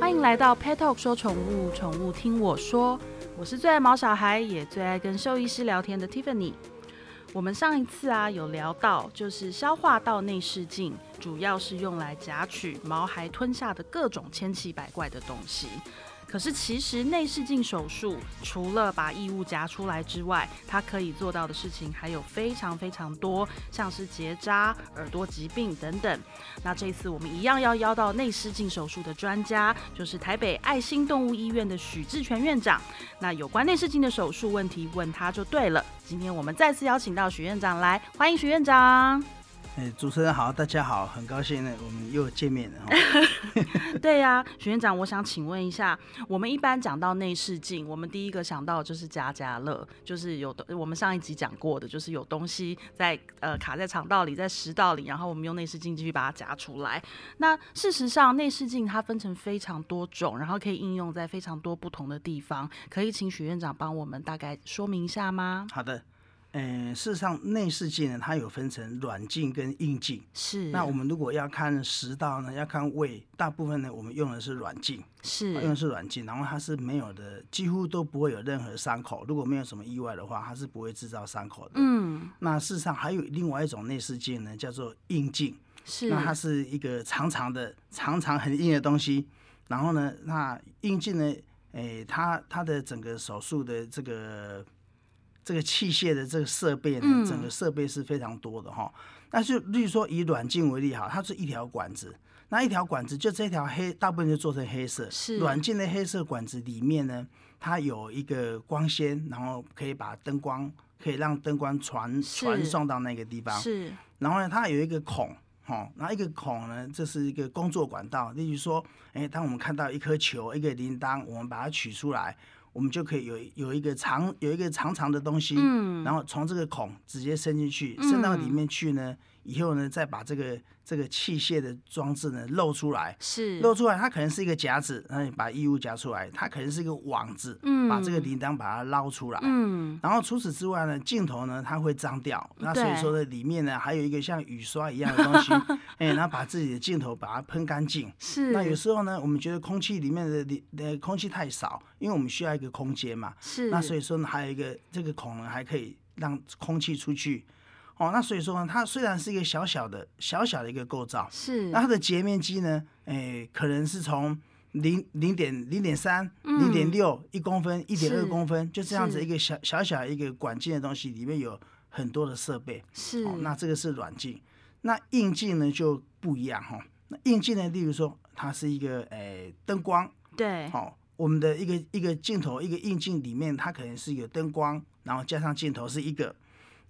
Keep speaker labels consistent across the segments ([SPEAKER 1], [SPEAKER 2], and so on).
[SPEAKER 1] 欢迎来到 Pet Talk 说宠物，宠物听我说。我是最爱毛小孩，也最爱跟兽医师聊天的 Tiffany。我们上一次啊有聊到，就是消化道内视镜主要是用来夹取毛孩吞下的各种千奇百怪的东西。可是其实内视镜手术除了把异物夹出来之外，它可以做到的事情还有非常非常多，像是结扎、耳朵疾病等等。那这次我们一样要邀到内视镜手术的专家，就是台北爱心动物医院的许志全院长。那有关内视镜的手术问题，问他就对了。今天我们再次邀请到许院长来，欢迎许院长。
[SPEAKER 2] 哎、主持人好，大家好，很高兴呢，我们又见面 了哈。
[SPEAKER 1] 对呀、许院长，我想请问一下，我们一般讲到内视镜，我们第一个想到的就是加加乐，就是有的我们上一集讲过的，就是有东西在呃卡在肠道里，在食道里，然后我们用内视镜继续把它夹出来。那事实上，内视镜它分成非常多种，然后可以应用在非常多不同的地方。可以请许院长帮我们大概说明一下吗？
[SPEAKER 2] 好的，呃，事实上内视镜呢，它有分成软镜跟硬镜。
[SPEAKER 1] 是，
[SPEAKER 2] 那我们如果要看食道呢，要看胃，大部分呢我们用的是软镜，啊用
[SPEAKER 1] 是
[SPEAKER 2] 的是软镜，然后它是没有的，几乎都不会有任何伤口。如果没有什么意外的话，它是不会制造伤口的。
[SPEAKER 1] 嗯
[SPEAKER 2] 那事实上还有另外一种内视镜呢，叫做硬镜，
[SPEAKER 1] 是
[SPEAKER 2] 那它是一个长长的、长长很硬的东西。然后呢，那硬镜呢，诶、它它的整个手术的这个这个器械的这个设备呢，
[SPEAKER 1] 嗯
[SPEAKER 2] 整个设备是非常多的哈。那就例如说以软镜为例哈，它是一条管子，那一条管子就这条黑，大部分就做成黑色。
[SPEAKER 1] 是
[SPEAKER 2] 软镜的黑色管子里面呢，它有一个光纤，然后可以把灯光可以让灯光传
[SPEAKER 1] 是
[SPEAKER 2] 传送到那个地方。
[SPEAKER 1] 是
[SPEAKER 2] 然后呢，它有一个孔，哦，那一个孔呢，这是一个工作管道。例如说，哎，当我们看到一颗球、一个铃铛，我们把它取出来，我们就可以有有一个长有一个长长的东西，
[SPEAKER 1] 嗯
[SPEAKER 2] 然后从这个孔直接伸进去，
[SPEAKER 1] 嗯
[SPEAKER 2] 伸到里面去呢，以后呢，再把这个这个器械的装置呢露出来。
[SPEAKER 1] 是
[SPEAKER 2] 露出来，它可能是一个夹子，然后你把异物夹出来；它可能是一个网子，
[SPEAKER 1] 嗯
[SPEAKER 2] 把这个铃铛把它捞出来。
[SPEAKER 1] 嗯
[SPEAKER 2] 然后除此之外呢，镜头呢它会脏掉，那所以
[SPEAKER 1] 对
[SPEAKER 2] 说呢，里面呢还有一个像雨刷一样 的东西，哎，然后把自己的镜头把它喷干净。
[SPEAKER 1] 是
[SPEAKER 2] 那有时候呢，我们觉得空气里面的里呃空气太少，因为我们需要一个空间嘛。
[SPEAKER 1] 是
[SPEAKER 2] 那所以说呢，还有一个这个孔呢，还可以让空气出去。哦，那所以说呢，它虽然是一个小小的小小的一个构造，
[SPEAKER 1] 是
[SPEAKER 2] 那它的截面积呢，哎，可能是从零零点零点三、零点
[SPEAKER 1] 嗯
[SPEAKER 2] 六一公分、一点
[SPEAKER 1] 是
[SPEAKER 2] 二公分，就这样子
[SPEAKER 1] 是
[SPEAKER 2] 一个小小小一个管径的东西，里面有很多的设备。
[SPEAKER 1] 是
[SPEAKER 2] 哦，那这个是软镜，那硬镜呢就不一样哈、哦。那硬镜呢，例如说它是一个诶灯光，
[SPEAKER 1] 对
[SPEAKER 2] 好、我们的一个一个镜头，一个硬镜里面，它可能是有灯光，然后加上镜头是一个。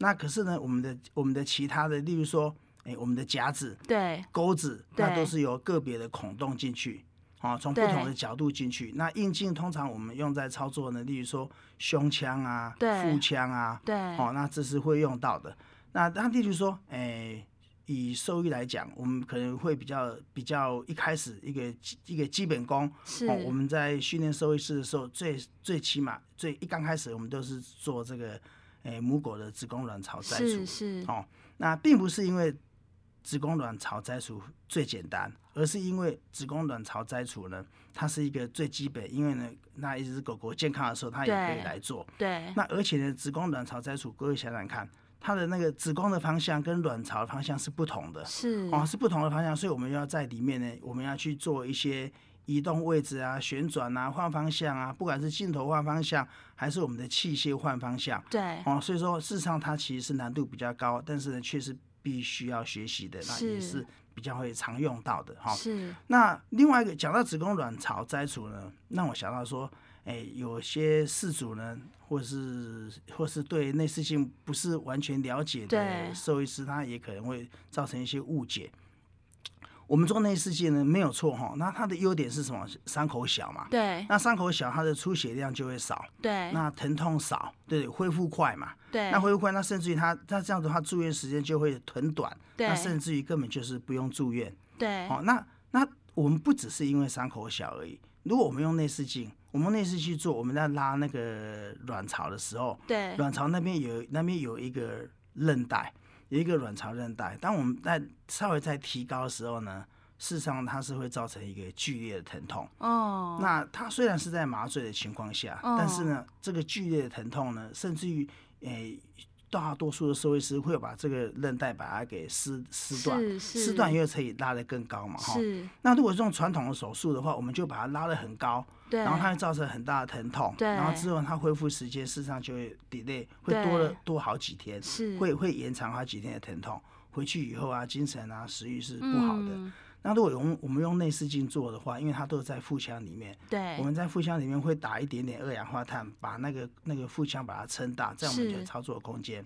[SPEAKER 2] 那可是呢，我们的我们的其他的，例如说，哎，我们的夹子，
[SPEAKER 1] 对
[SPEAKER 2] 钩子，那
[SPEAKER 1] 对
[SPEAKER 2] 都是由个别的孔洞进去，啊，从不同的角度进去。那硬镜通常我们用在操作呢，例如说胸腔啊、
[SPEAKER 1] 对
[SPEAKER 2] 腹腔啊，
[SPEAKER 1] 对
[SPEAKER 2] 哦，那这是会用到的。那那例如说，哎、以兽医来讲，我们可能会比较比较一开始一个基一个基本功，
[SPEAKER 1] 是
[SPEAKER 2] 哦，我们在训练兽医师的时候，最最起码最一刚开始，我们都是做这个，哎、母狗的子宫卵巢摘除
[SPEAKER 1] 是，是
[SPEAKER 2] 哦，那并不是因为子宫卵巢摘除最简单，而是因为子宫卵巢摘除呢，它是一个最基本，因为呢，那一只狗狗健康的时候，它也可
[SPEAKER 1] 对
[SPEAKER 2] 以来做。
[SPEAKER 1] 对
[SPEAKER 2] 那而且呢，子宫卵巢摘除，各位想想看，它的那个子宫的方向跟卵巢的方向是不同的
[SPEAKER 1] 是
[SPEAKER 2] 哦，是不同的方向，所以我们要在里面呢，我们要去做一些。移动位置啊，旋转啊，换方向啊，不管是镜头换方向，还是我们的器械换方向，
[SPEAKER 1] 对
[SPEAKER 2] 哦，所以说事实上它其实是难度比较高，但是呢，确实必须要学习的，那
[SPEAKER 1] 是
[SPEAKER 2] 也是比较会常用到的哈、
[SPEAKER 1] 是
[SPEAKER 2] 那另外一个讲到子宫卵巢摘除呢，让我想到说，哎，有些事主呢，或是或是对内视镜不是完全了解
[SPEAKER 1] 对
[SPEAKER 2] 的兽医师，他也可能会造成一些误解。我们做内视镜呢，没有错哈、那它的优点是什么？伤口小嘛，
[SPEAKER 1] 对
[SPEAKER 2] 那伤口小，它的出血量就会少，
[SPEAKER 1] 对
[SPEAKER 2] 那疼痛少，对，恢复快嘛。
[SPEAKER 1] 对
[SPEAKER 2] 那恢复快，那甚至于他他这样的话，住院时间就会很短，那
[SPEAKER 1] 对哎
[SPEAKER 2] 甚至于根本就是不用住院。
[SPEAKER 1] 对
[SPEAKER 2] 哦，那那我们不只是因为伤口小而已，如果我们用内视镜，我们用内视镜做，我们在拉那个卵巢的时候，
[SPEAKER 1] 对
[SPEAKER 2] 卵巢那边有那边有一个韧带，有一个卵巢韧带，当我们在稍微在提高的时候呢，事实上它是会造成一个剧烈的疼痛。
[SPEAKER 1] 哦，
[SPEAKER 2] 那它虽然是在麻醉的情况下，
[SPEAKER 1] 哦
[SPEAKER 2] 但是呢，这个剧烈的疼痛呢，甚至于诶、大多数的社会师会把这个韧带把它给撕撕断，
[SPEAKER 1] 是是
[SPEAKER 2] 撕断又可以拉得更高嘛，哈。
[SPEAKER 1] 是，
[SPEAKER 2] 那如果这种传统的手术的话，我们就把它拉得很高，
[SPEAKER 1] 对，
[SPEAKER 2] 然后它会造成很大的疼痛，
[SPEAKER 1] 对
[SPEAKER 2] 然后之后它恢复时间事实上就会 delay，会多了
[SPEAKER 1] 对
[SPEAKER 2] 多好几天，
[SPEAKER 1] 是
[SPEAKER 2] 会会延长好几天的疼痛。回去以后啊，精神啊、食欲是不好的。
[SPEAKER 1] 嗯
[SPEAKER 2] 那如果用我们用内视镜做的话，因为它都是在腹腔里面，
[SPEAKER 1] 对，
[SPEAKER 2] 我们在腹腔里面会打一点点二氧化碳，把那个那个腹腔把它撑大，这样我们
[SPEAKER 1] 是
[SPEAKER 2] 就有操作空间。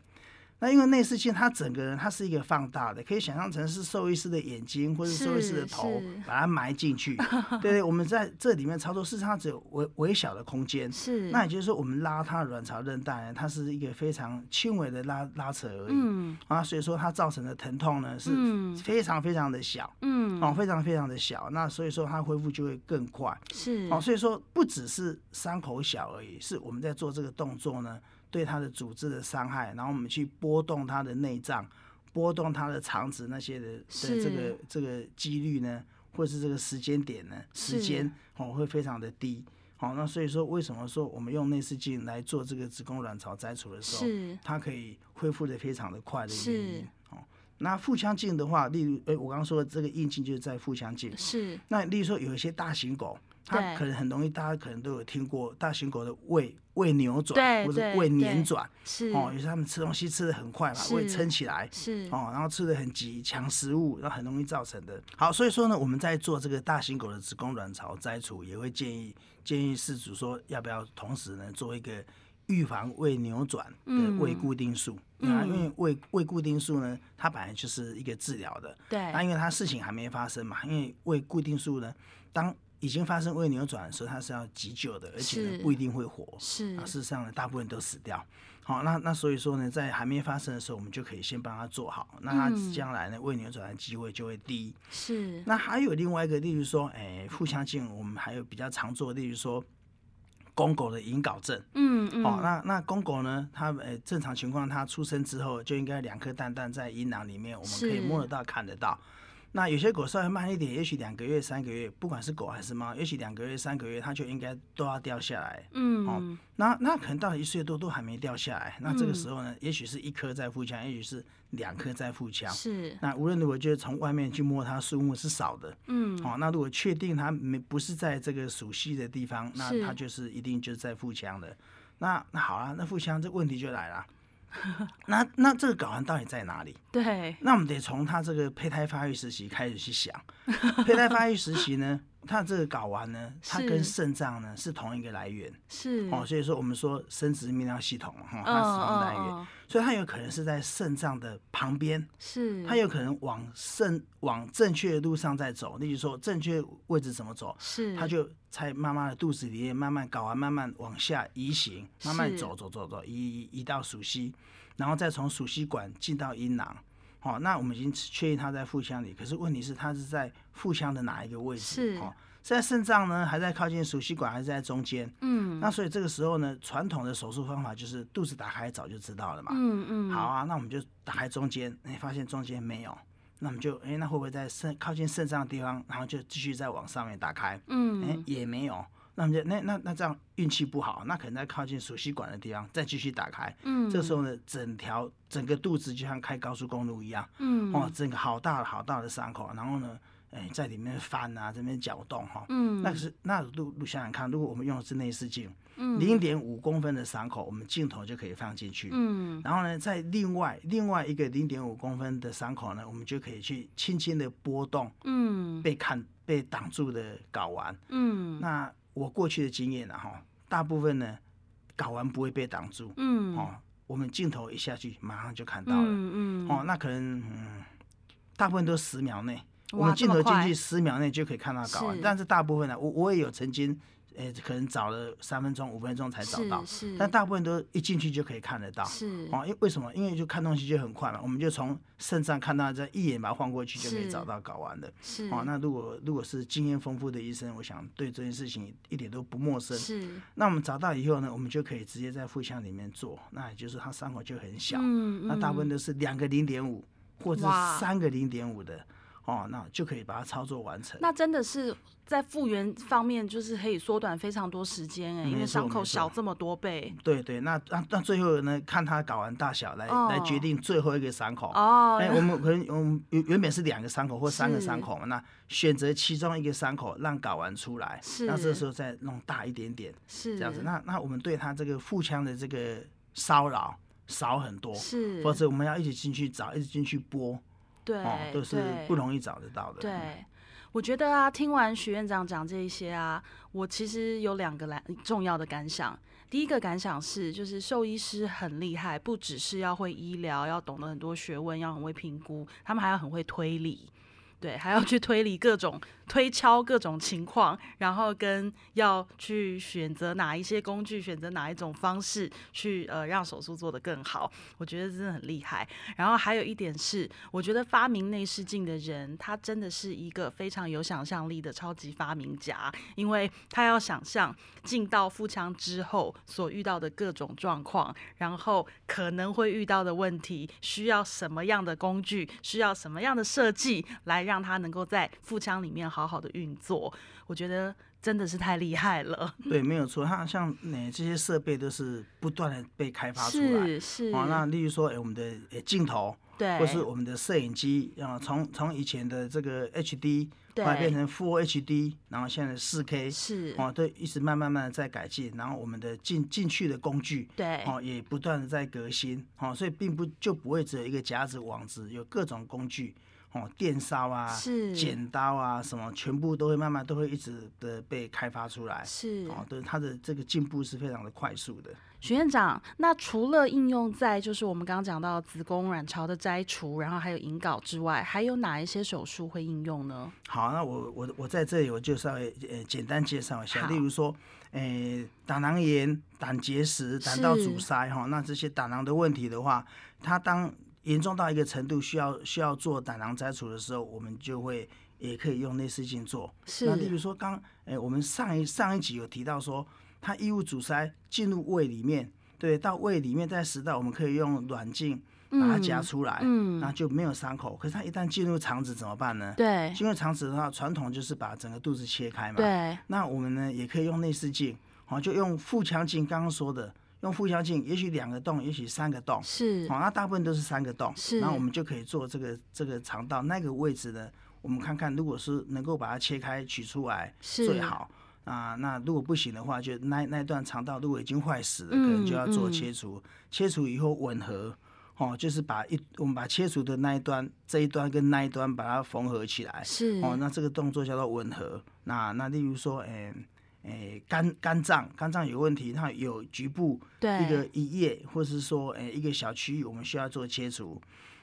[SPEAKER 2] 那因为内视镜它整个人它是一个放大的，可以想象成是兽医师的眼睛或是兽医师的
[SPEAKER 1] 是
[SPEAKER 2] 头
[SPEAKER 1] 是，
[SPEAKER 2] 把它埋 进去。对对，我们在这里面操作，事实上它只有微微小的空间。
[SPEAKER 1] 是
[SPEAKER 2] 那也就是说，我们拉它的卵巢韧带呢，它是一个非常轻微的拉拉扯而已、
[SPEAKER 1] 嗯
[SPEAKER 2] 啊，所以说它造成的疼痛呢是
[SPEAKER 1] 嗯
[SPEAKER 2] 非常非常的小、
[SPEAKER 1] 嗯
[SPEAKER 2] 哦，非常非常的小。那所以说它恢复就会更快。
[SPEAKER 1] 是
[SPEAKER 2] 哦，所以说不只是伤口小而已，是我们在做这个动作呢，对它的组织的伤害，然后我们去波动它的内脏，波动它的肠子那些的的
[SPEAKER 1] 是
[SPEAKER 2] 这个这个几率呢，或是这个时间点呢，时
[SPEAKER 1] 是
[SPEAKER 2] 间哦会非常的低。好、那所以说为什么说我们用内视镜来做这个子宫卵巢摘除的时候，
[SPEAKER 1] 是
[SPEAKER 2] 它可以恢复的非常的快的原因
[SPEAKER 1] 是。
[SPEAKER 2] 哦，那腹腔镜的话，例如，诶，我刚刚说的这个硬镜就是在腹腔镜，
[SPEAKER 1] 是
[SPEAKER 2] 那例如说有一些大型狗，它
[SPEAKER 1] 对
[SPEAKER 2] 可能很容易，大家可能都有听过大型狗的胃胃扭转
[SPEAKER 1] 对
[SPEAKER 2] 或者
[SPEAKER 1] 对
[SPEAKER 2] 胃
[SPEAKER 1] 对
[SPEAKER 2] 扭转
[SPEAKER 1] 是
[SPEAKER 2] 哦，有时候它们吃东西吃的很快嘛，
[SPEAKER 1] 是
[SPEAKER 2] 胃撑起来
[SPEAKER 1] 是
[SPEAKER 2] 哦，然后吃的很急，抢食物，然后很容易造成的。好，所以说呢，我们在做这个大型狗的子宫卵巢摘除，也会建议建议饲主说要不要同时呢做一个预防胃扭转的
[SPEAKER 1] 嗯
[SPEAKER 2] 胃固定素。啊，因为胃胃固定素呢，它本来就是一个治疗的，
[SPEAKER 1] 对
[SPEAKER 2] 那因为它事情还没发生嘛，因为胃固定素呢，当已经发生胃扭转的时候，它是要急救的，而且呢
[SPEAKER 1] 是
[SPEAKER 2] 不一定会活。
[SPEAKER 1] 是
[SPEAKER 2] 啊，事实上呢，大部分都死掉。好，那那所以说呢，在还没发生的时候，我们就可以先帮它做好，那它
[SPEAKER 1] 嗯
[SPEAKER 2] 将来呢，胃扭转的机会就会低。
[SPEAKER 1] 是
[SPEAKER 2] 那还有另外一个，例如说，哎，腹腔镜我们还有比较常做，例如说公狗的引睾症。
[SPEAKER 1] 嗯嗯
[SPEAKER 2] 哦，那那公狗呢？它呃，正常情况它出生之后就应该两颗蛋蛋在阴囊里面，我们可以
[SPEAKER 1] 是
[SPEAKER 2] 摸得到、看得到。那有些狗稍微慢一点，也许两个月、三个月，不管是狗还是猫，也许两个月、三个月它就应该都要掉下来。
[SPEAKER 1] 嗯
[SPEAKER 2] 那那可能到了一岁多都还没掉下来，那这个
[SPEAKER 1] 嗯
[SPEAKER 2] 时候呢，也许是一颗在腹腔，也许是两颗在腹腔。
[SPEAKER 1] 是
[SPEAKER 2] 那无论如何，就是从外面去摸它，数目是少的。
[SPEAKER 1] 嗯
[SPEAKER 2] 好、那如果确定它没不是在这个熟悉的地方，那
[SPEAKER 1] 是
[SPEAKER 2] 它就是一定就是在腹腔的。那那好啊，那腹腔这问题就 来了。那那这个睾丸到底在哪里？
[SPEAKER 1] 对
[SPEAKER 2] 那我们得从它这个胚胎发育时期开始去想。胚胎发育时期呢，它这个睾丸呢，它
[SPEAKER 1] 是嗯
[SPEAKER 2] 跟肾脏呢是同一个来源
[SPEAKER 1] 是
[SPEAKER 2] 哦，所以说我们说生殖泌尿系统嘛，哈、它是同一个来源，
[SPEAKER 1] 嗯嗯嗯
[SPEAKER 2] 所以它有可能是在肾脏的旁边。
[SPEAKER 1] 是
[SPEAKER 2] 他有可能往正往正确的路上在走，例如说正确位置怎么走，
[SPEAKER 1] 是
[SPEAKER 2] 他就在妈妈的肚子里面慢慢搞啊完，慢慢往下移行，慢慢
[SPEAKER 1] 是
[SPEAKER 2] 走走走走，移移移到鼠溪，然后再从鼠溪管进到阴囊。好、那我们已经确定他在腹腔里，可是问题是他是在腹腔的哪一个位置？
[SPEAKER 1] 是
[SPEAKER 2] 哦，是在肾脏呢，还在靠近鼠溪管，还是在中间？
[SPEAKER 1] 嗯
[SPEAKER 2] 那所以这个时候呢，传统的手术方法就是肚子打开早就知道了嘛。
[SPEAKER 1] 嗯嗯
[SPEAKER 2] 好啊，那我们就打开中间，哎、发现中间没有，那我们就哎、那会不会在肾靠近肾脏的地方，然后就继续再往上面打开，哎、
[SPEAKER 1] 嗯
[SPEAKER 2] 也没有，那我们就那那那这样运气不好，那可能在靠近输吸管的地方再继续打开，
[SPEAKER 1] 嗯
[SPEAKER 2] 这时候呢，整条整个肚子就像开高速公路一样，
[SPEAKER 1] 嗯
[SPEAKER 2] 哦，整个好大好大的伤口，然后呢，哎、在里面翻啊，这边搅动哈、
[SPEAKER 1] 嗯
[SPEAKER 2] 那可是那如如想想看，如果我们用的是内视镜，
[SPEAKER 1] 嗯
[SPEAKER 2] 零点五公分的伤口，我们镜头就可以放进去，
[SPEAKER 1] 嗯
[SPEAKER 2] 然后呢，在另外另外一个零点五公分的伤口呢，我们就可以去轻轻的拨动
[SPEAKER 1] 嗯
[SPEAKER 2] 被看被挡住的睾丸。
[SPEAKER 1] 嗯
[SPEAKER 2] 那我过去的经验呢，哈，大部分呢睾丸不会被挡住，
[SPEAKER 1] 嗯
[SPEAKER 2] 哦，我们镜头一下去，马上就看到了，
[SPEAKER 1] 嗯嗯
[SPEAKER 2] 哦，那可能嗯，大部分都十秒内，
[SPEAKER 1] 哇
[SPEAKER 2] 我们镜头
[SPEAKER 1] 这么
[SPEAKER 2] 进
[SPEAKER 1] 快
[SPEAKER 2] 去十秒内就可以看到睾丸，
[SPEAKER 1] 是
[SPEAKER 2] 但是大部分呢，我我也有曾经，呃，可能找了三分钟五分钟才找到，
[SPEAKER 1] 是
[SPEAKER 2] 但大部分都一进去就可以看得到。
[SPEAKER 1] 是
[SPEAKER 2] 哦，因为为什么？因为就看东西就很快嘛，我们就从肾脏看到，这一眼把它晃过去就可以
[SPEAKER 1] 是
[SPEAKER 2] 找到睾丸的。
[SPEAKER 1] 是
[SPEAKER 2] 哦，那如果如果是经验丰富的医生，我想对这件事情一点都不陌生。
[SPEAKER 1] 是
[SPEAKER 2] 那我们找到以后呢，我们就可以直接在腹腔里面做，那也就是它伤口就很小，
[SPEAKER 1] 嗯
[SPEAKER 2] 那大部分
[SPEAKER 1] 嗯
[SPEAKER 2] 都是两个零点五或者是
[SPEAKER 1] 哇
[SPEAKER 2] 三个零点五的。哦，那就可以把它操作完成。
[SPEAKER 1] 那真的是在复原方面，就是可以缩短非常多时间哎、因为
[SPEAKER 2] 没错
[SPEAKER 1] 伤口
[SPEAKER 2] 没错
[SPEAKER 1] 小这么多倍
[SPEAKER 2] 对对，那那那最后呢，看它睾丸大小来、来
[SPEAKER 1] 哦
[SPEAKER 2] 决定最后一个伤口。
[SPEAKER 1] 哦。
[SPEAKER 2] 哎、我们可能我们原原本是两个伤口或三个伤
[SPEAKER 1] 是
[SPEAKER 2] 口嘛，那选择其中一个伤口让睾丸出来，那这
[SPEAKER 1] 是
[SPEAKER 2] 时候再弄大一点点，
[SPEAKER 1] 是
[SPEAKER 2] 这样子。那那我们对它这个腹腔的这个骚扰少很多，
[SPEAKER 1] 是，
[SPEAKER 2] 否则我们要一直进去找，一直进去拨，
[SPEAKER 1] 对、
[SPEAKER 2] 哦，都是
[SPEAKER 1] 对
[SPEAKER 2] 不容易找得到的。
[SPEAKER 1] 对，我觉得啊，听完许院长讲这一些啊，我其实有两个来重要的感想。第一个感想是，就是兽医师很厉害，不只是要会医疗，要懂得很多学问，要很会评估，他们还要很会推理。对，还要去推理各种推敲各种情况，然后跟要去选择哪一些工具，选择哪一种方式去呃让手术做得更好。我觉得真的很厉害。然后还有一点是，我觉得发明内视镜的人，他真的是一个非常有想象力的超级发明家，因为他要想象进到腹腔之后所遇到的各种状况，然后可能会遇到的问题，需要什么样的工具，需要什么样的设计，来让它能够在腹腔里面好好的运作。我觉得真的是太厉害 了，
[SPEAKER 2] 对，没有错。它像那、这些设备都是不断的被开发出来。
[SPEAKER 1] 是是，
[SPEAKER 2] 哦，那例如说，哎、我们的哎镜头，
[SPEAKER 1] 对，
[SPEAKER 2] 或是我们的摄影机，啊，从从以前的这个 HD，后来
[SPEAKER 1] 对
[SPEAKER 2] 变成 Full HD，然后现在四 K，
[SPEAKER 1] 是，
[SPEAKER 2] 哦，都一直慢慢慢的在改进，然后我们的进进去的工具，
[SPEAKER 1] 对，
[SPEAKER 2] 哦，也不断的在革新，哦，所以并不就不会只有一个夹子、网子，有各种工具，哦，电烧啊，
[SPEAKER 1] 是
[SPEAKER 2] 剪刀啊，什么全部都会慢慢都会一直的被开发出来，
[SPEAKER 1] 是。
[SPEAKER 2] 哦，对，它的这个进步是非常的快速的。
[SPEAKER 1] 许院长，那除了应用在就是我们刚刚讲到子宫卵巢的摘除，然后还有引睾之外，还有哪一些手术会应用呢？
[SPEAKER 2] 好，那我我我在这里我就稍微呃简单介绍一下，
[SPEAKER 1] 好
[SPEAKER 2] 例如说，诶、胆囊炎、胆结石、胆道阻塞哈，那这些胆囊的问题的话，它当严重到一个程度，需要需要做胆囊摘除的时候，我们就会也可以用内视镜做。那例
[SPEAKER 1] 是
[SPEAKER 2] 如说刚诶、我们上一上一集有提到说，它异物阻塞进入胃里面，对，到胃里面在食道，我们可以用软镜把它夹出来，
[SPEAKER 1] 嗯
[SPEAKER 2] 那就没有伤口。可是它一旦进入肠子怎么办呢？
[SPEAKER 1] 对
[SPEAKER 2] 因为肠子的话，传统就是把整个肚子切开嘛。。
[SPEAKER 1] 对
[SPEAKER 2] 那我们呢，也可以用内视镜，好、就用腹腔镜，刚刚说的，用腹腔镜，也许两个洞，也许三个洞，哦
[SPEAKER 1] 是
[SPEAKER 2] 好、那大部分都是三个洞。
[SPEAKER 1] 是
[SPEAKER 2] 那我们就可以做这个这个肠道那个位置呢，我们看看，如果是能够把它切开取出来，
[SPEAKER 1] 是
[SPEAKER 2] 最好。啊，那如果不行的话，就那那段肠道如果已经坏死了，可能就要做
[SPEAKER 1] 嗯嗯
[SPEAKER 2] 切除。切除以后吻合，哦，就是把一我们把切除的那一端这一端跟那一端把它缝合起来。
[SPEAKER 1] 是
[SPEAKER 2] 哦，那这个动作叫做吻合。那那例如说，诶、诶、肝肝脏肝脏有问题，它有局部一个
[SPEAKER 1] 对
[SPEAKER 2] 一叶，或是说，诶、一个小区域，我们需要做切除。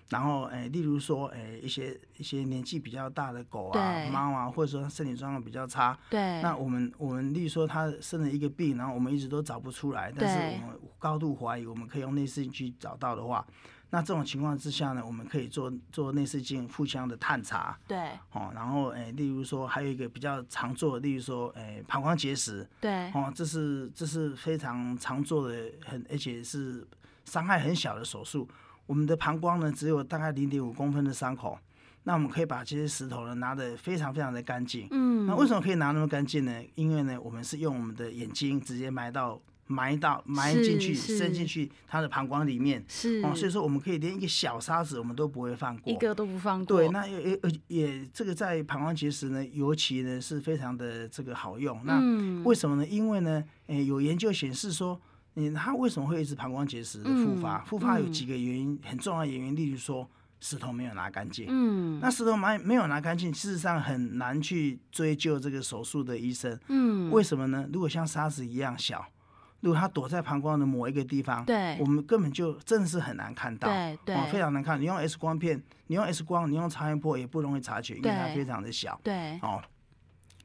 [SPEAKER 2] 然后，诶、例如说，诶、一些一些年纪比较大的狗啊
[SPEAKER 1] 对、
[SPEAKER 2] 猫啊，或者说它身体状况比较差，
[SPEAKER 1] 对
[SPEAKER 2] 那我们我们例如说它生了一个病，然后我们一直都找不出来，
[SPEAKER 1] 对
[SPEAKER 2] 但是我们高度怀疑我们可以用内视镜去找到的话，那这种情况之下呢，我们可以做做内视镜腹腔的探查，
[SPEAKER 1] 对
[SPEAKER 2] 哦，然后诶、例如说还有一个比较常做的，例如说诶、膀胱结石，
[SPEAKER 1] 对
[SPEAKER 2] 哦，这是这是非常常做的，很而且是伤害很小的手术。我们的膀胱呢，只有大概零点五公分的伤口，那我们可以把这些石头呢拿得非常非常的干净。
[SPEAKER 1] 嗯
[SPEAKER 2] 那为什么可以拿那么干净呢？因为呢，我们是用我们的眼睛直接埋到埋到埋进去，
[SPEAKER 1] 是
[SPEAKER 2] 伸进去它的膀胱里面。
[SPEAKER 1] 是
[SPEAKER 2] 哦，所以说我们可以连一个小沙子我们都不会放过。
[SPEAKER 1] 一个都不放过
[SPEAKER 2] 对，那也也也这个在膀胱结石呢，尤其呢是非常的这个好用。那
[SPEAKER 1] 嗯
[SPEAKER 2] 为什么呢？因为呢，诶、有研究显示说，你它为什么会一直膀胱结石的复发？
[SPEAKER 1] 嗯
[SPEAKER 2] 复发有
[SPEAKER 1] 嗯
[SPEAKER 2] 几个原因，很重要的原因，例如说石头没有拿干净。
[SPEAKER 1] 嗯
[SPEAKER 2] 那石头没没有拿干净，事实上很难去追究这个手术的医生。
[SPEAKER 1] 嗯
[SPEAKER 2] 为什么呢？如果像沙子一样小，如果它躲在膀胱的某一个地方，
[SPEAKER 1] 对
[SPEAKER 2] 我们根本就真的是很难看到。
[SPEAKER 1] 对对
[SPEAKER 2] 哦，非常难看。你用 X 光片，你用 X 光，你用超音波也不容易察觉，因为它
[SPEAKER 1] 对
[SPEAKER 2] 非常的小。
[SPEAKER 1] 对
[SPEAKER 2] 哦，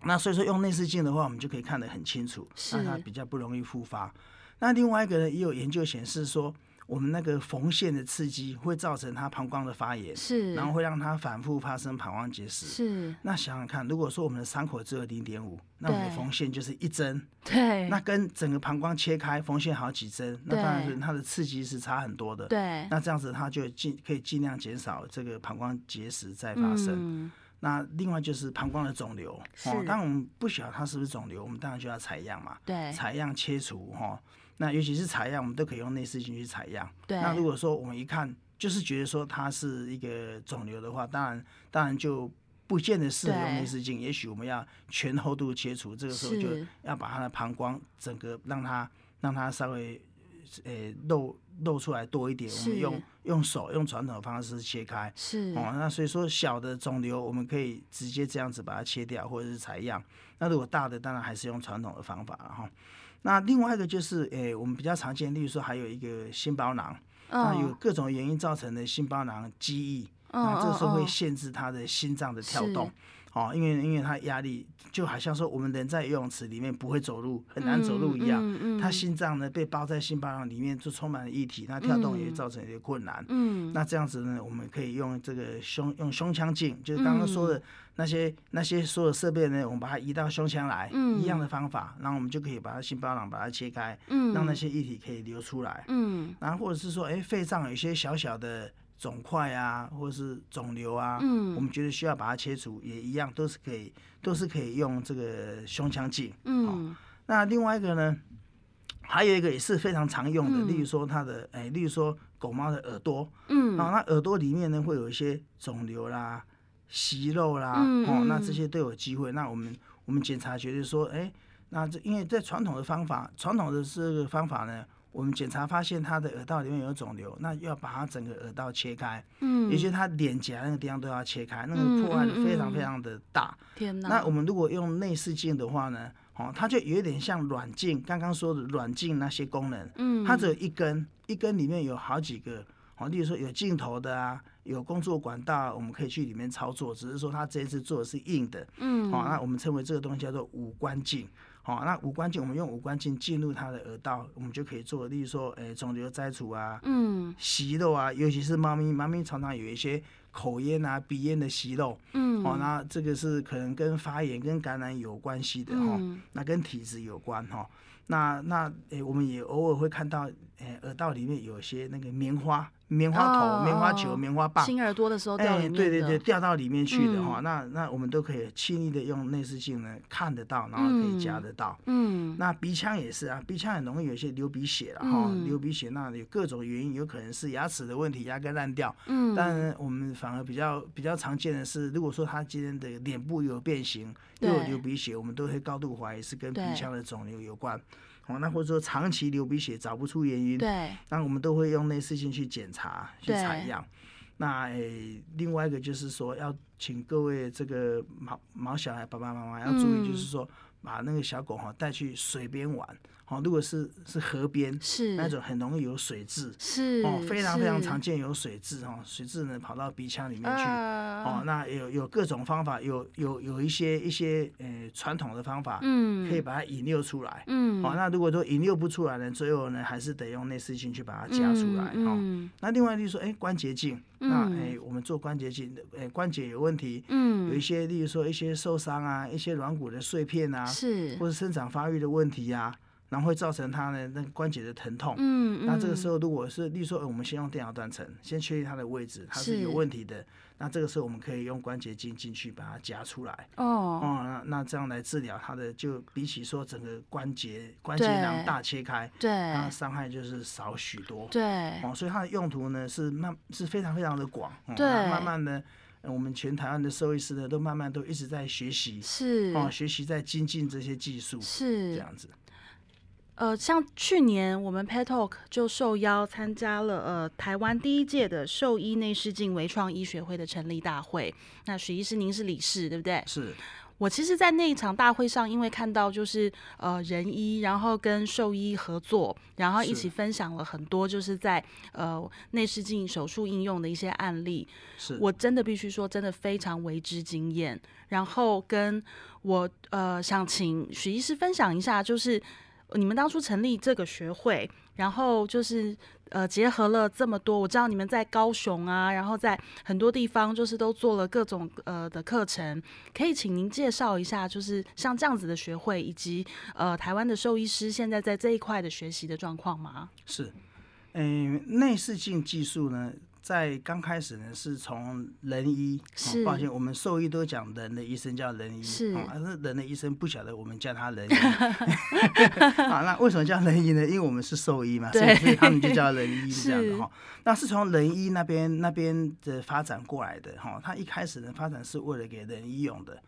[SPEAKER 2] 那所以说用内视镜的话，我们就可以看得很清楚，
[SPEAKER 1] 是
[SPEAKER 2] 那它比较不容易复发。那另外一个呢，也有研究显示说，我们那个缝线的刺激会造成它膀胱的发炎，
[SPEAKER 1] 是
[SPEAKER 2] 然后会让它反复发生膀胱结石。
[SPEAKER 1] 是
[SPEAKER 2] 那想想看，如果说我们的伤口只有零点五，那我们的
[SPEAKER 1] 对
[SPEAKER 2] 缝线就是一针，
[SPEAKER 1] 对
[SPEAKER 2] 那跟整个膀胱切开缝线好几针，那
[SPEAKER 1] 对
[SPEAKER 2] 当然是它的刺激是差很多的。
[SPEAKER 1] 对
[SPEAKER 2] 那这样子，它就尽可以尽量减少这个膀胱结石再发生。
[SPEAKER 1] 嗯
[SPEAKER 2] 那另外就是膀胱的肿瘤，
[SPEAKER 1] 是
[SPEAKER 2] 哦，当我们不晓得它是不是肿瘤，我们当然就要采样嘛，
[SPEAKER 1] 对
[SPEAKER 2] 采样切除哈、哦。那尤其是采样，我们都可以用内视镜去采样。
[SPEAKER 1] 对
[SPEAKER 2] 那如果说我们一看就是觉得说它是一个肿瘤的话，当然当然就不见得适合用
[SPEAKER 1] 对
[SPEAKER 2] 内视镜，也许我们要全厚度切除，这个时候就是要把它的膀胱整个让它让它稍微呃露露出来多一点，我们
[SPEAKER 1] 是
[SPEAKER 2] 用用手用传统的方式切开。
[SPEAKER 1] 是
[SPEAKER 2] 哦，那所以说小的肿瘤我们可以直接这样子把它切掉，或者是采样。那如果大的，当然还是用传统的方法了哈。那另外一个就是，诶、我们比较常见，例如说还有一个心包囊，那有
[SPEAKER 1] 嗯
[SPEAKER 2] 各种原因造成的心包囊积液，
[SPEAKER 1] 嗯
[SPEAKER 2] 那这时候会
[SPEAKER 1] 嗯
[SPEAKER 2] 限制它的心脏的跳动
[SPEAKER 1] 是。
[SPEAKER 2] 哦，因为因为它压力就好像说我们人在游泳池里面不会走路，很难走路一样，
[SPEAKER 1] 嗯嗯
[SPEAKER 2] 它心脏呢被包在心包囊里面，就充满了液体，那跳动也
[SPEAKER 1] 嗯
[SPEAKER 2] 造成一些困难。
[SPEAKER 1] 嗯
[SPEAKER 2] 那这样子呢，我们可以用这个胸用胸腔镜，就是刚刚
[SPEAKER 1] 嗯
[SPEAKER 2] 说的那些、那些所有设备呢，我们把它移到胸腔来，
[SPEAKER 1] 嗯
[SPEAKER 2] 一样的方法，然后我们就可以把它心包囊把它切开，
[SPEAKER 1] 嗯
[SPEAKER 2] 让那些液体可以流出来。
[SPEAKER 1] 嗯
[SPEAKER 2] 然后或者是说，哎、肺脏有一些小小的肿块啊，或者是肿瘤啊，我
[SPEAKER 1] 嗯
[SPEAKER 2] 们觉得需要把它切除，也一样都是可以，都是可以用这个胸腔镜。
[SPEAKER 1] 嗯
[SPEAKER 2] 那另外一个呢，还有一个也是非常常用的，
[SPEAKER 1] 嗯
[SPEAKER 2] 例如说它的，哎、例如说狗猫的耳朵。
[SPEAKER 1] 嗯
[SPEAKER 2] 哦，那耳朵里面呢会有一些肿瘤啦、息肉啦，
[SPEAKER 1] 嗯
[SPEAKER 2] 哦，
[SPEAKER 1] 嗯
[SPEAKER 2] 那这些都有机会。那我们我们检查觉得说，哎、那这因为在传统的方法，传统的这个方法呢，我们检查发现他的耳道里面有肿瘤，那要把他整个耳道切开，
[SPEAKER 1] 嗯
[SPEAKER 2] 也就是他脸颊那个地方都要切开，那
[SPEAKER 1] 嗯
[SPEAKER 2] 个破坏的非
[SPEAKER 1] 嗯嗯
[SPEAKER 2] 常非常的大。
[SPEAKER 1] 天哪，
[SPEAKER 2] 那我们如果用内视镜的话呢，哦，它就有点像软镜，刚刚说的软镜那些功能，
[SPEAKER 1] 嗯
[SPEAKER 2] 它只有一根，一根里面有好几个，哦，例如说有镜头的啊，有工作管道啊，我们可以去里面操作，只是说它这一次做的是硬的，
[SPEAKER 1] 嗯
[SPEAKER 2] 哦，那我们称为这个东西叫做五官镜。哦，那五官镜，我们用五官镜进入它的耳道，我们就可以做，例如说，诶、肿瘤摘除啊，
[SPEAKER 1] 嗯
[SPEAKER 2] 息肉啊，尤其是猫咪，猫咪常常有一些口咽啊、鼻咽的息肉，
[SPEAKER 1] 嗯
[SPEAKER 2] 哦，那这个是可能跟发炎、跟感染有关系的哦哈、
[SPEAKER 1] 嗯
[SPEAKER 2] 那跟体质有关哈、那那诶、我们也偶尔会看到，诶、耳道里面有些那个棉花、棉花头、
[SPEAKER 1] 哦
[SPEAKER 2] 棉花
[SPEAKER 1] 哦
[SPEAKER 2] 球、棉花棒，
[SPEAKER 1] 新耳朵的时候
[SPEAKER 2] 哎、
[SPEAKER 1] 掉里面
[SPEAKER 2] 对对对，
[SPEAKER 1] 的嗯
[SPEAKER 2] 掉到里面去的哈、那那我们都可以轻易的用内视镜呢看得到，然后可以夹
[SPEAKER 1] 嗯
[SPEAKER 2] 得到。
[SPEAKER 1] 嗯
[SPEAKER 2] 那鼻腔也是啊，鼻腔很容易有一些流鼻血了哈、
[SPEAKER 1] 嗯
[SPEAKER 2] 流鼻血那有各种原因，有可能是牙齿的问题，牙根烂掉，
[SPEAKER 1] 嗯
[SPEAKER 2] 但我们反而比较比较常见的是，如果说他今天的脸部有变形，又有
[SPEAKER 1] 对
[SPEAKER 2] 流鼻血，我们都会高度怀疑是跟鼻
[SPEAKER 1] 对
[SPEAKER 2] 腔的肿瘤有关。哦，那或者说长期流鼻血找不出原因，
[SPEAKER 1] 对
[SPEAKER 2] 那我们都会用内视镜去检查、去
[SPEAKER 1] 对
[SPEAKER 2] 采样。那诶、另外一个就是说，要请各位这个毛毛小孩爸爸妈妈要注意，就是
[SPEAKER 1] 嗯
[SPEAKER 2] 说、把那个小狗哈带去水边玩。哦，如果是是河边
[SPEAKER 1] 是
[SPEAKER 2] 那种，很容易有水渍，
[SPEAKER 1] 是
[SPEAKER 2] 哦，非常非
[SPEAKER 1] 是
[SPEAKER 2] 常常见有水蛭哦，水蛭呢跑到鼻腔里面去。
[SPEAKER 1] 啊
[SPEAKER 2] 哦，那有有各种方法，有有有一些一些呃传统的方法，
[SPEAKER 1] 嗯
[SPEAKER 2] 可以把它引诱出来。
[SPEAKER 1] 嗯
[SPEAKER 2] 哦，那如果说引诱不出来呢，最后呢还是得用内视镜去把它夹出来。哦，
[SPEAKER 1] 嗯
[SPEAKER 2] 那另外就是说，哎、关节镜，那
[SPEAKER 1] 嗯
[SPEAKER 2] 哎、我们做关节镜的，哎、关节有问题，有一
[SPEAKER 1] 嗯
[SPEAKER 2] 些例如说一些受伤啊，一些软骨的碎片啊，
[SPEAKER 1] 是
[SPEAKER 2] 或者生长发育的问题啊，然后会造成它的那个关节的疼痛。
[SPEAKER 1] 嗯
[SPEAKER 2] 那这个时
[SPEAKER 1] 候
[SPEAKER 2] 候，如果是，例如说，呃我们先用电脑断层，先确定它的位置，它是有
[SPEAKER 1] 是
[SPEAKER 2] 问题的。那这个时候，我们可以用关节镜进去把它夹出来，哦，
[SPEAKER 1] 哦
[SPEAKER 2] 那那这样来治疗它的，就比起说整个关节关节囊
[SPEAKER 1] 对
[SPEAKER 2] 大切开，
[SPEAKER 1] 对
[SPEAKER 2] 它的伤害就是少许多。
[SPEAKER 1] 对
[SPEAKER 2] 哦，所以它的用途呢是慢是非常非常的广。哦
[SPEAKER 1] 对
[SPEAKER 2] 那慢慢的，呃我们全台湾的兽医师呢，都慢慢都一直在学习，
[SPEAKER 1] 是
[SPEAKER 2] 哦，学习在精进这些技术，嗯这
[SPEAKER 1] 是
[SPEAKER 2] 样子。
[SPEAKER 1] 呃，像去年我们 Pet Talk 就受邀参加了呃台湾第一届的兽医内视镜微创医学会的成立大会。那许医师您是理事，对不对？
[SPEAKER 2] 是，
[SPEAKER 1] 我其实，在那一场大会上，因为看到就是呃人医，然后跟兽医合作，然后一
[SPEAKER 2] 是
[SPEAKER 1] 起分享了很多就是在呃内视镜手术应用的一些案例。
[SPEAKER 2] 是
[SPEAKER 1] 我真的必须说，真的非常为之惊艳。然后跟我呃，想请许医师分享一下，就是呃你们当初成立这个学会，然后就是呃，结合了这么多，我知道你们在高雄啊，然后在很多地方就是都做了各种呃的课程，可以请您介绍一下，就是像这样子的学会，以及呃台湾的兽医师现在在这一块的学习的状况吗？
[SPEAKER 2] 是，嗯、内视镜技术呢，在刚开始呢，是从人医，哦
[SPEAKER 1] 是
[SPEAKER 2] 抱歉，我们兽医都讲人的医生叫人医，
[SPEAKER 1] 是
[SPEAKER 2] 哦但是人的医生不晓得我们叫 他人医， 啊，那为什么叫人医呢？因为我们是兽医嘛，所以
[SPEAKER 1] 对
[SPEAKER 2] 所以他们就叫人医
[SPEAKER 1] 是
[SPEAKER 2] 这样的哈。那是从人医那边那边的发展过来的哈，他一开始的发展是为了给人医用的。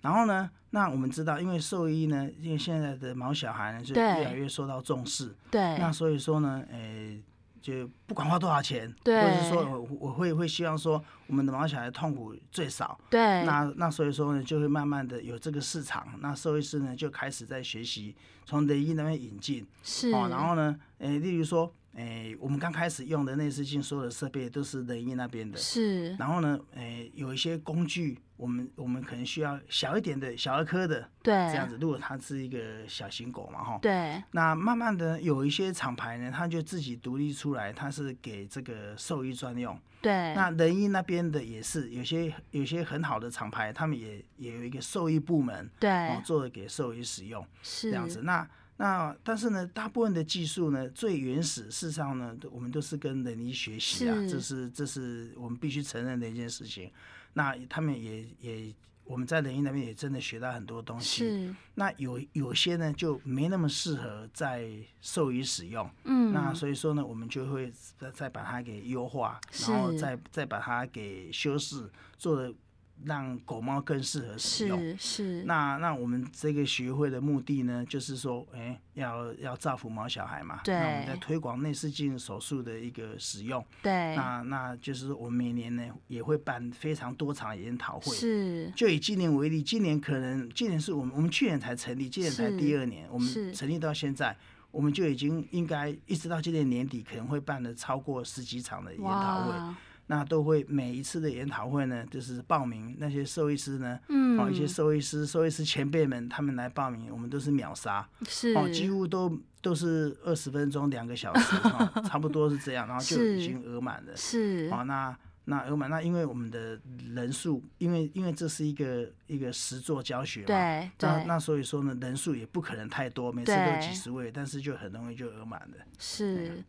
[SPEAKER 2] 然后呢，那我们知道，因为兽医呢，因为现在的毛小孩呢是越
[SPEAKER 1] 对
[SPEAKER 2] 来越受到重视，
[SPEAKER 1] 对，
[SPEAKER 2] 那所以说呢，诶、就不管花多少钱，
[SPEAKER 1] 对
[SPEAKER 2] 或者是说我我会会希望说我们的毛小孩痛苦最少。
[SPEAKER 1] 对，
[SPEAKER 2] 那那所以说呢，就会慢慢的有这个市场。那兽医师呢就开始在学习，从雷医那边引进
[SPEAKER 1] 是，
[SPEAKER 2] 哦，然后呢，诶、例如说，诶、我们刚开始用的内视镜所有的设备都是雷医那边的。
[SPEAKER 1] 是，
[SPEAKER 2] 然后呢，诶、有一些工具，我们我们可能需要小一点的小儿科的
[SPEAKER 1] 对，
[SPEAKER 2] 这样子。如果它是一个小型狗嘛，哈，
[SPEAKER 1] 对，
[SPEAKER 2] 那慢慢的有一些厂牌呢，它就自己独立出来，它是给这个兽医专用。
[SPEAKER 1] 对，
[SPEAKER 2] 那哦仁医那边的也是，有些有些很好的厂牌，他们也也有一个兽医部门，哦
[SPEAKER 1] 对，，
[SPEAKER 2] 做的给兽医使用
[SPEAKER 1] 是
[SPEAKER 2] 这样子。，那那但是呢，大部分的技术呢，最原始事实上呢，我们都是跟人医学习啊，
[SPEAKER 1] 是
[SPEAKER 2] 这是这是我们必须承认的一件事情。那他们也也我们在仁医那边也真的学到很多东西。
[SPEAKER 1] 是，
[SPEAKER 2] 那有有些呢就没那么适合在兽医使用，
[SPEAKER 1] 嗯，
[SPEAKER 2] 那所以说呢，我们就会再再把它给优化，
[SPEAKER 1] 是
[SPEAKER 2] 然后再再把它给修饰，做的让狗猫更适合使用。
[SPEAKER 1] 是是，
[SPEAKER 2] 那那我们这个学会的目的呢，就是说，哎、要要造福毛小孩嘛，
[SPEAKER 1] 对
[SPEAKER 2] 那我们在推广内视镜手术的一个使用，
[SPEAKER 1] 对，
[SPEAKER 2] 那那就是我们每年呢也会办非常多场研讨会，
[SPEAKER 1] 是
[SPEAKER 2] 就以今年为例，今年可能今年是我们我们去年才成立，今年才
[SPEAKER 1] 是
[SPEAKER 2] 第二年，我
[SPEAKER 1] 是
[SPEAKER 2] 们成立到现在，我们就已经应该一直到今年年底可能会办了超过十几场的研讨会，
[SPEAKER 1] 哇，
[SPEAKER 2] 那都会每一次的研讨会呢，就是报名那些兽医师呢，
[SPEAKER 1] 嗯，
[SPEAKER 2] 哦一些兽医师、兽医师前辈们他们来报名，我们都是秒杀，
[SPEAKER 1] 是
[SPEAKER 2] 哦几乎都都是二十分钟、两个小时， 哦差不多是这样，然后就是已经额满了。
[SPEAKER 1] 是
[SPEAKER 2] 哦，那那额满，那因为我们的人数，因为因为这是一个一个实作教学嘛，
[SPEAKER 1] 对
[SPEAKER 2] 那
[SPEAKER 1] 对
[SPEAKER 2] 那所以说呢，人数也不可能太多，每次都
[SPEAKER 1] 对
[SPEAKER 2] 几十位，但是就很容易就额满的。
[SPEAKER 1] 是。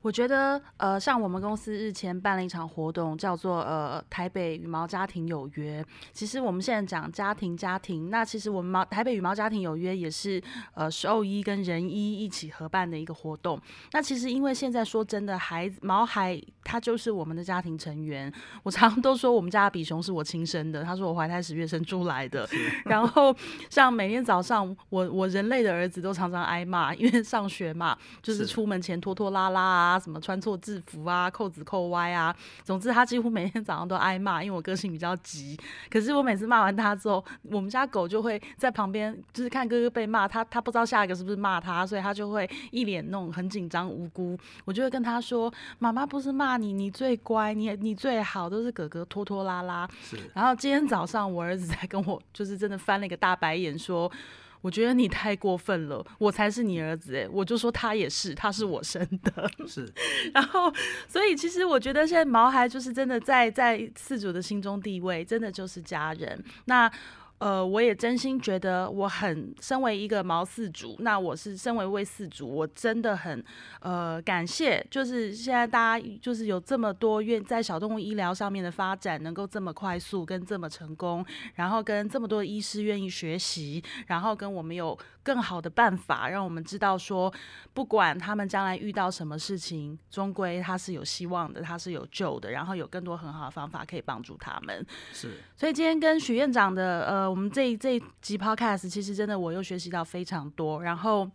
[SPEAKER 1] 我觉得，呃，像我们公司日前办了一场活动，叫做呃台北羽毛家庭有约。其实我们现在讲家庭家庭，那其实我们毛台北羽毛家庭有约也是呃兽医跟人医一起合办的一个活动。那其实因为现在说真的，孩子毛孩他就是我们的家庭成员。我常常都说我们家的比熊是我亲生的，他说我怀胎十月生出来的。然后像每天早上，我我人类的儿子都常常挨骂，因为上学嘛，就是
[SPEAKER 2] 是
[SPEAKER 1] 出门前拖拖拉拉啊，什么穿错制服啊，扣子扣歪啊，总之他几乎每天早上都挨骂，因为我个性比较急。可是我每次骂完他之后，我们家狗就会在旁边，就是看哥哥被骂，他他不知道下一个是不是骂他，所以他就会一脸那种很紧张无辜。我就会跟他说：“妈妈不是骂你，你最乖，你你最好，都是哥哥拖拖拉拉。”
[SPEAKER 2] 是
[SPEAKER 1] 然后今天早上我儿子才跟我，就是真的翻了一个大白眼，说。我觉得你太过分了，我才是你儿子哎！我就说他也是，他是我生的。
[SPEAKER 2] 是，
[SPEAKER 1] 然后，所以其实我觉得现在毛孩就是真的在在饲主的心中地位，真的就是家人。那呃，我也真心觉得我很身为一个毛饲主，那我是身为一位饲主，我真的很呃感谢，就是现在大家就是有这么多愿在小动物医疗上面的发展能够这么快速跟这么成功，然后跟这么多医师愿意学习，然后跟我们有更好的办法，让我们知道说，不管他们将来遇到什么事情，终归他是有希望的，他是有救的，然后有更多很好的方法可以帮助他们。
[SPEAKER 2] 是，
[SPEAKER 1] 所以今天跟许院长的呃，我们这一这一集 podcast，其实真的我又学习到非常多。然后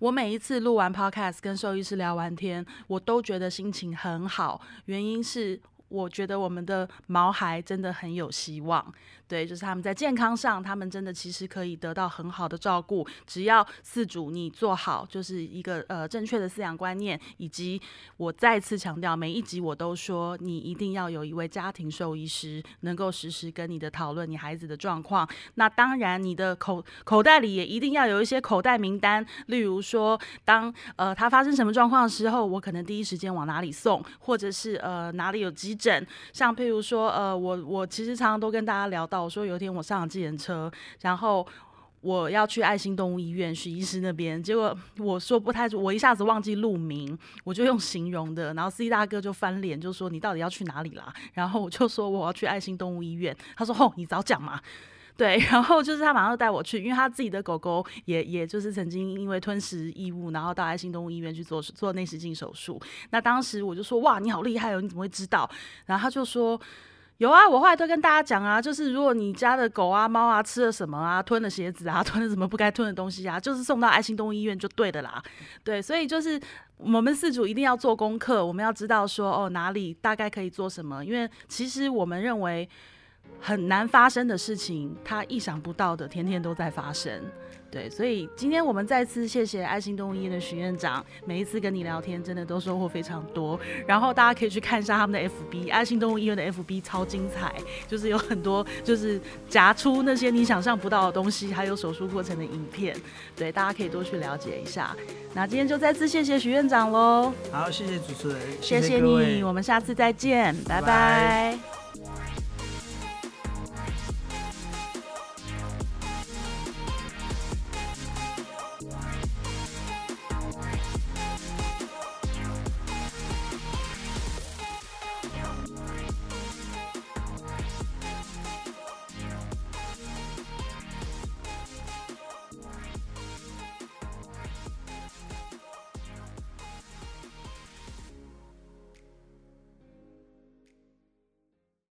[SPEAKER 1] 我每一次录完 podcast 跟兽医师聊完天，我都觉得心情很好，原因是。我觉得我们的毛孩真的很有希望，对，就是他们在健康上，他们真的其实可以得到很好的照顾，只要饲主你做好，就是一个呃正确的饲养观念，以及我再次强调，每一集我都说，你一定要有一位家庭兽医师，能够实时跟你的讨论你孩子的状况。那当然，你的口口袋里也一定要有一些口袋名单，例如说，当呃他发生什么状况的时候，我可能第一时间往哪里送，或者是呃哪里有急诊。像譬如说，呃，我我其实常常都跟大家聊到，我说有一天我上了计程车，然后。我要去爱心动物医院许医师那边，结果我说不太，我一下子忘记路名，我就用形容的，然后司机大哥就翻脸，就说你到底要去哪里啦？然后我就说我要去爱心动物医院，他说哦吼、你早讲嘛。对，然后就是他马上就带我去，因为他自己的狗狗也也就是曾经因为吞食异物，然后到爱心动物医院去做做内视镜手术。那当时我就说哇，你好厉害哦，你怎么会知道？然后他就说有啊，我后来都跟大家讲啊，就是如果你家的狗啊、猫啊吃了什么啊、吞了鞋子啊、 吞了什么不该吞的东西啊，就是送到爱心动物医院就对的啦。对，所以就是我们饲主一定要做功课，我们要知道说哦哪里大概可以做什么，因为其实我们认为很难发生的事情，它意想不到的天天都在发生。对，所以今天我们再次谢谢爱心动物医院的许院长，每一次跟你聊天真的都收获非常多。然后大家可以去看一下他们的 FB，爱心动物医院的 FB 超精彩，就是有很多就是夹出那些你想象不到的东西，还有手术过程的影片。对，大家可以多去了解一下。那今天就再次谢谢许院长喽，
[SPEAKER 2] 好，谢谢主持人，
[SPEAKER 1] 谢
[SPEAKER 2] 谢各位
[SPEAKER 1] 你，我们下次再见，拜拜
[SPEAKER 2] 拜拜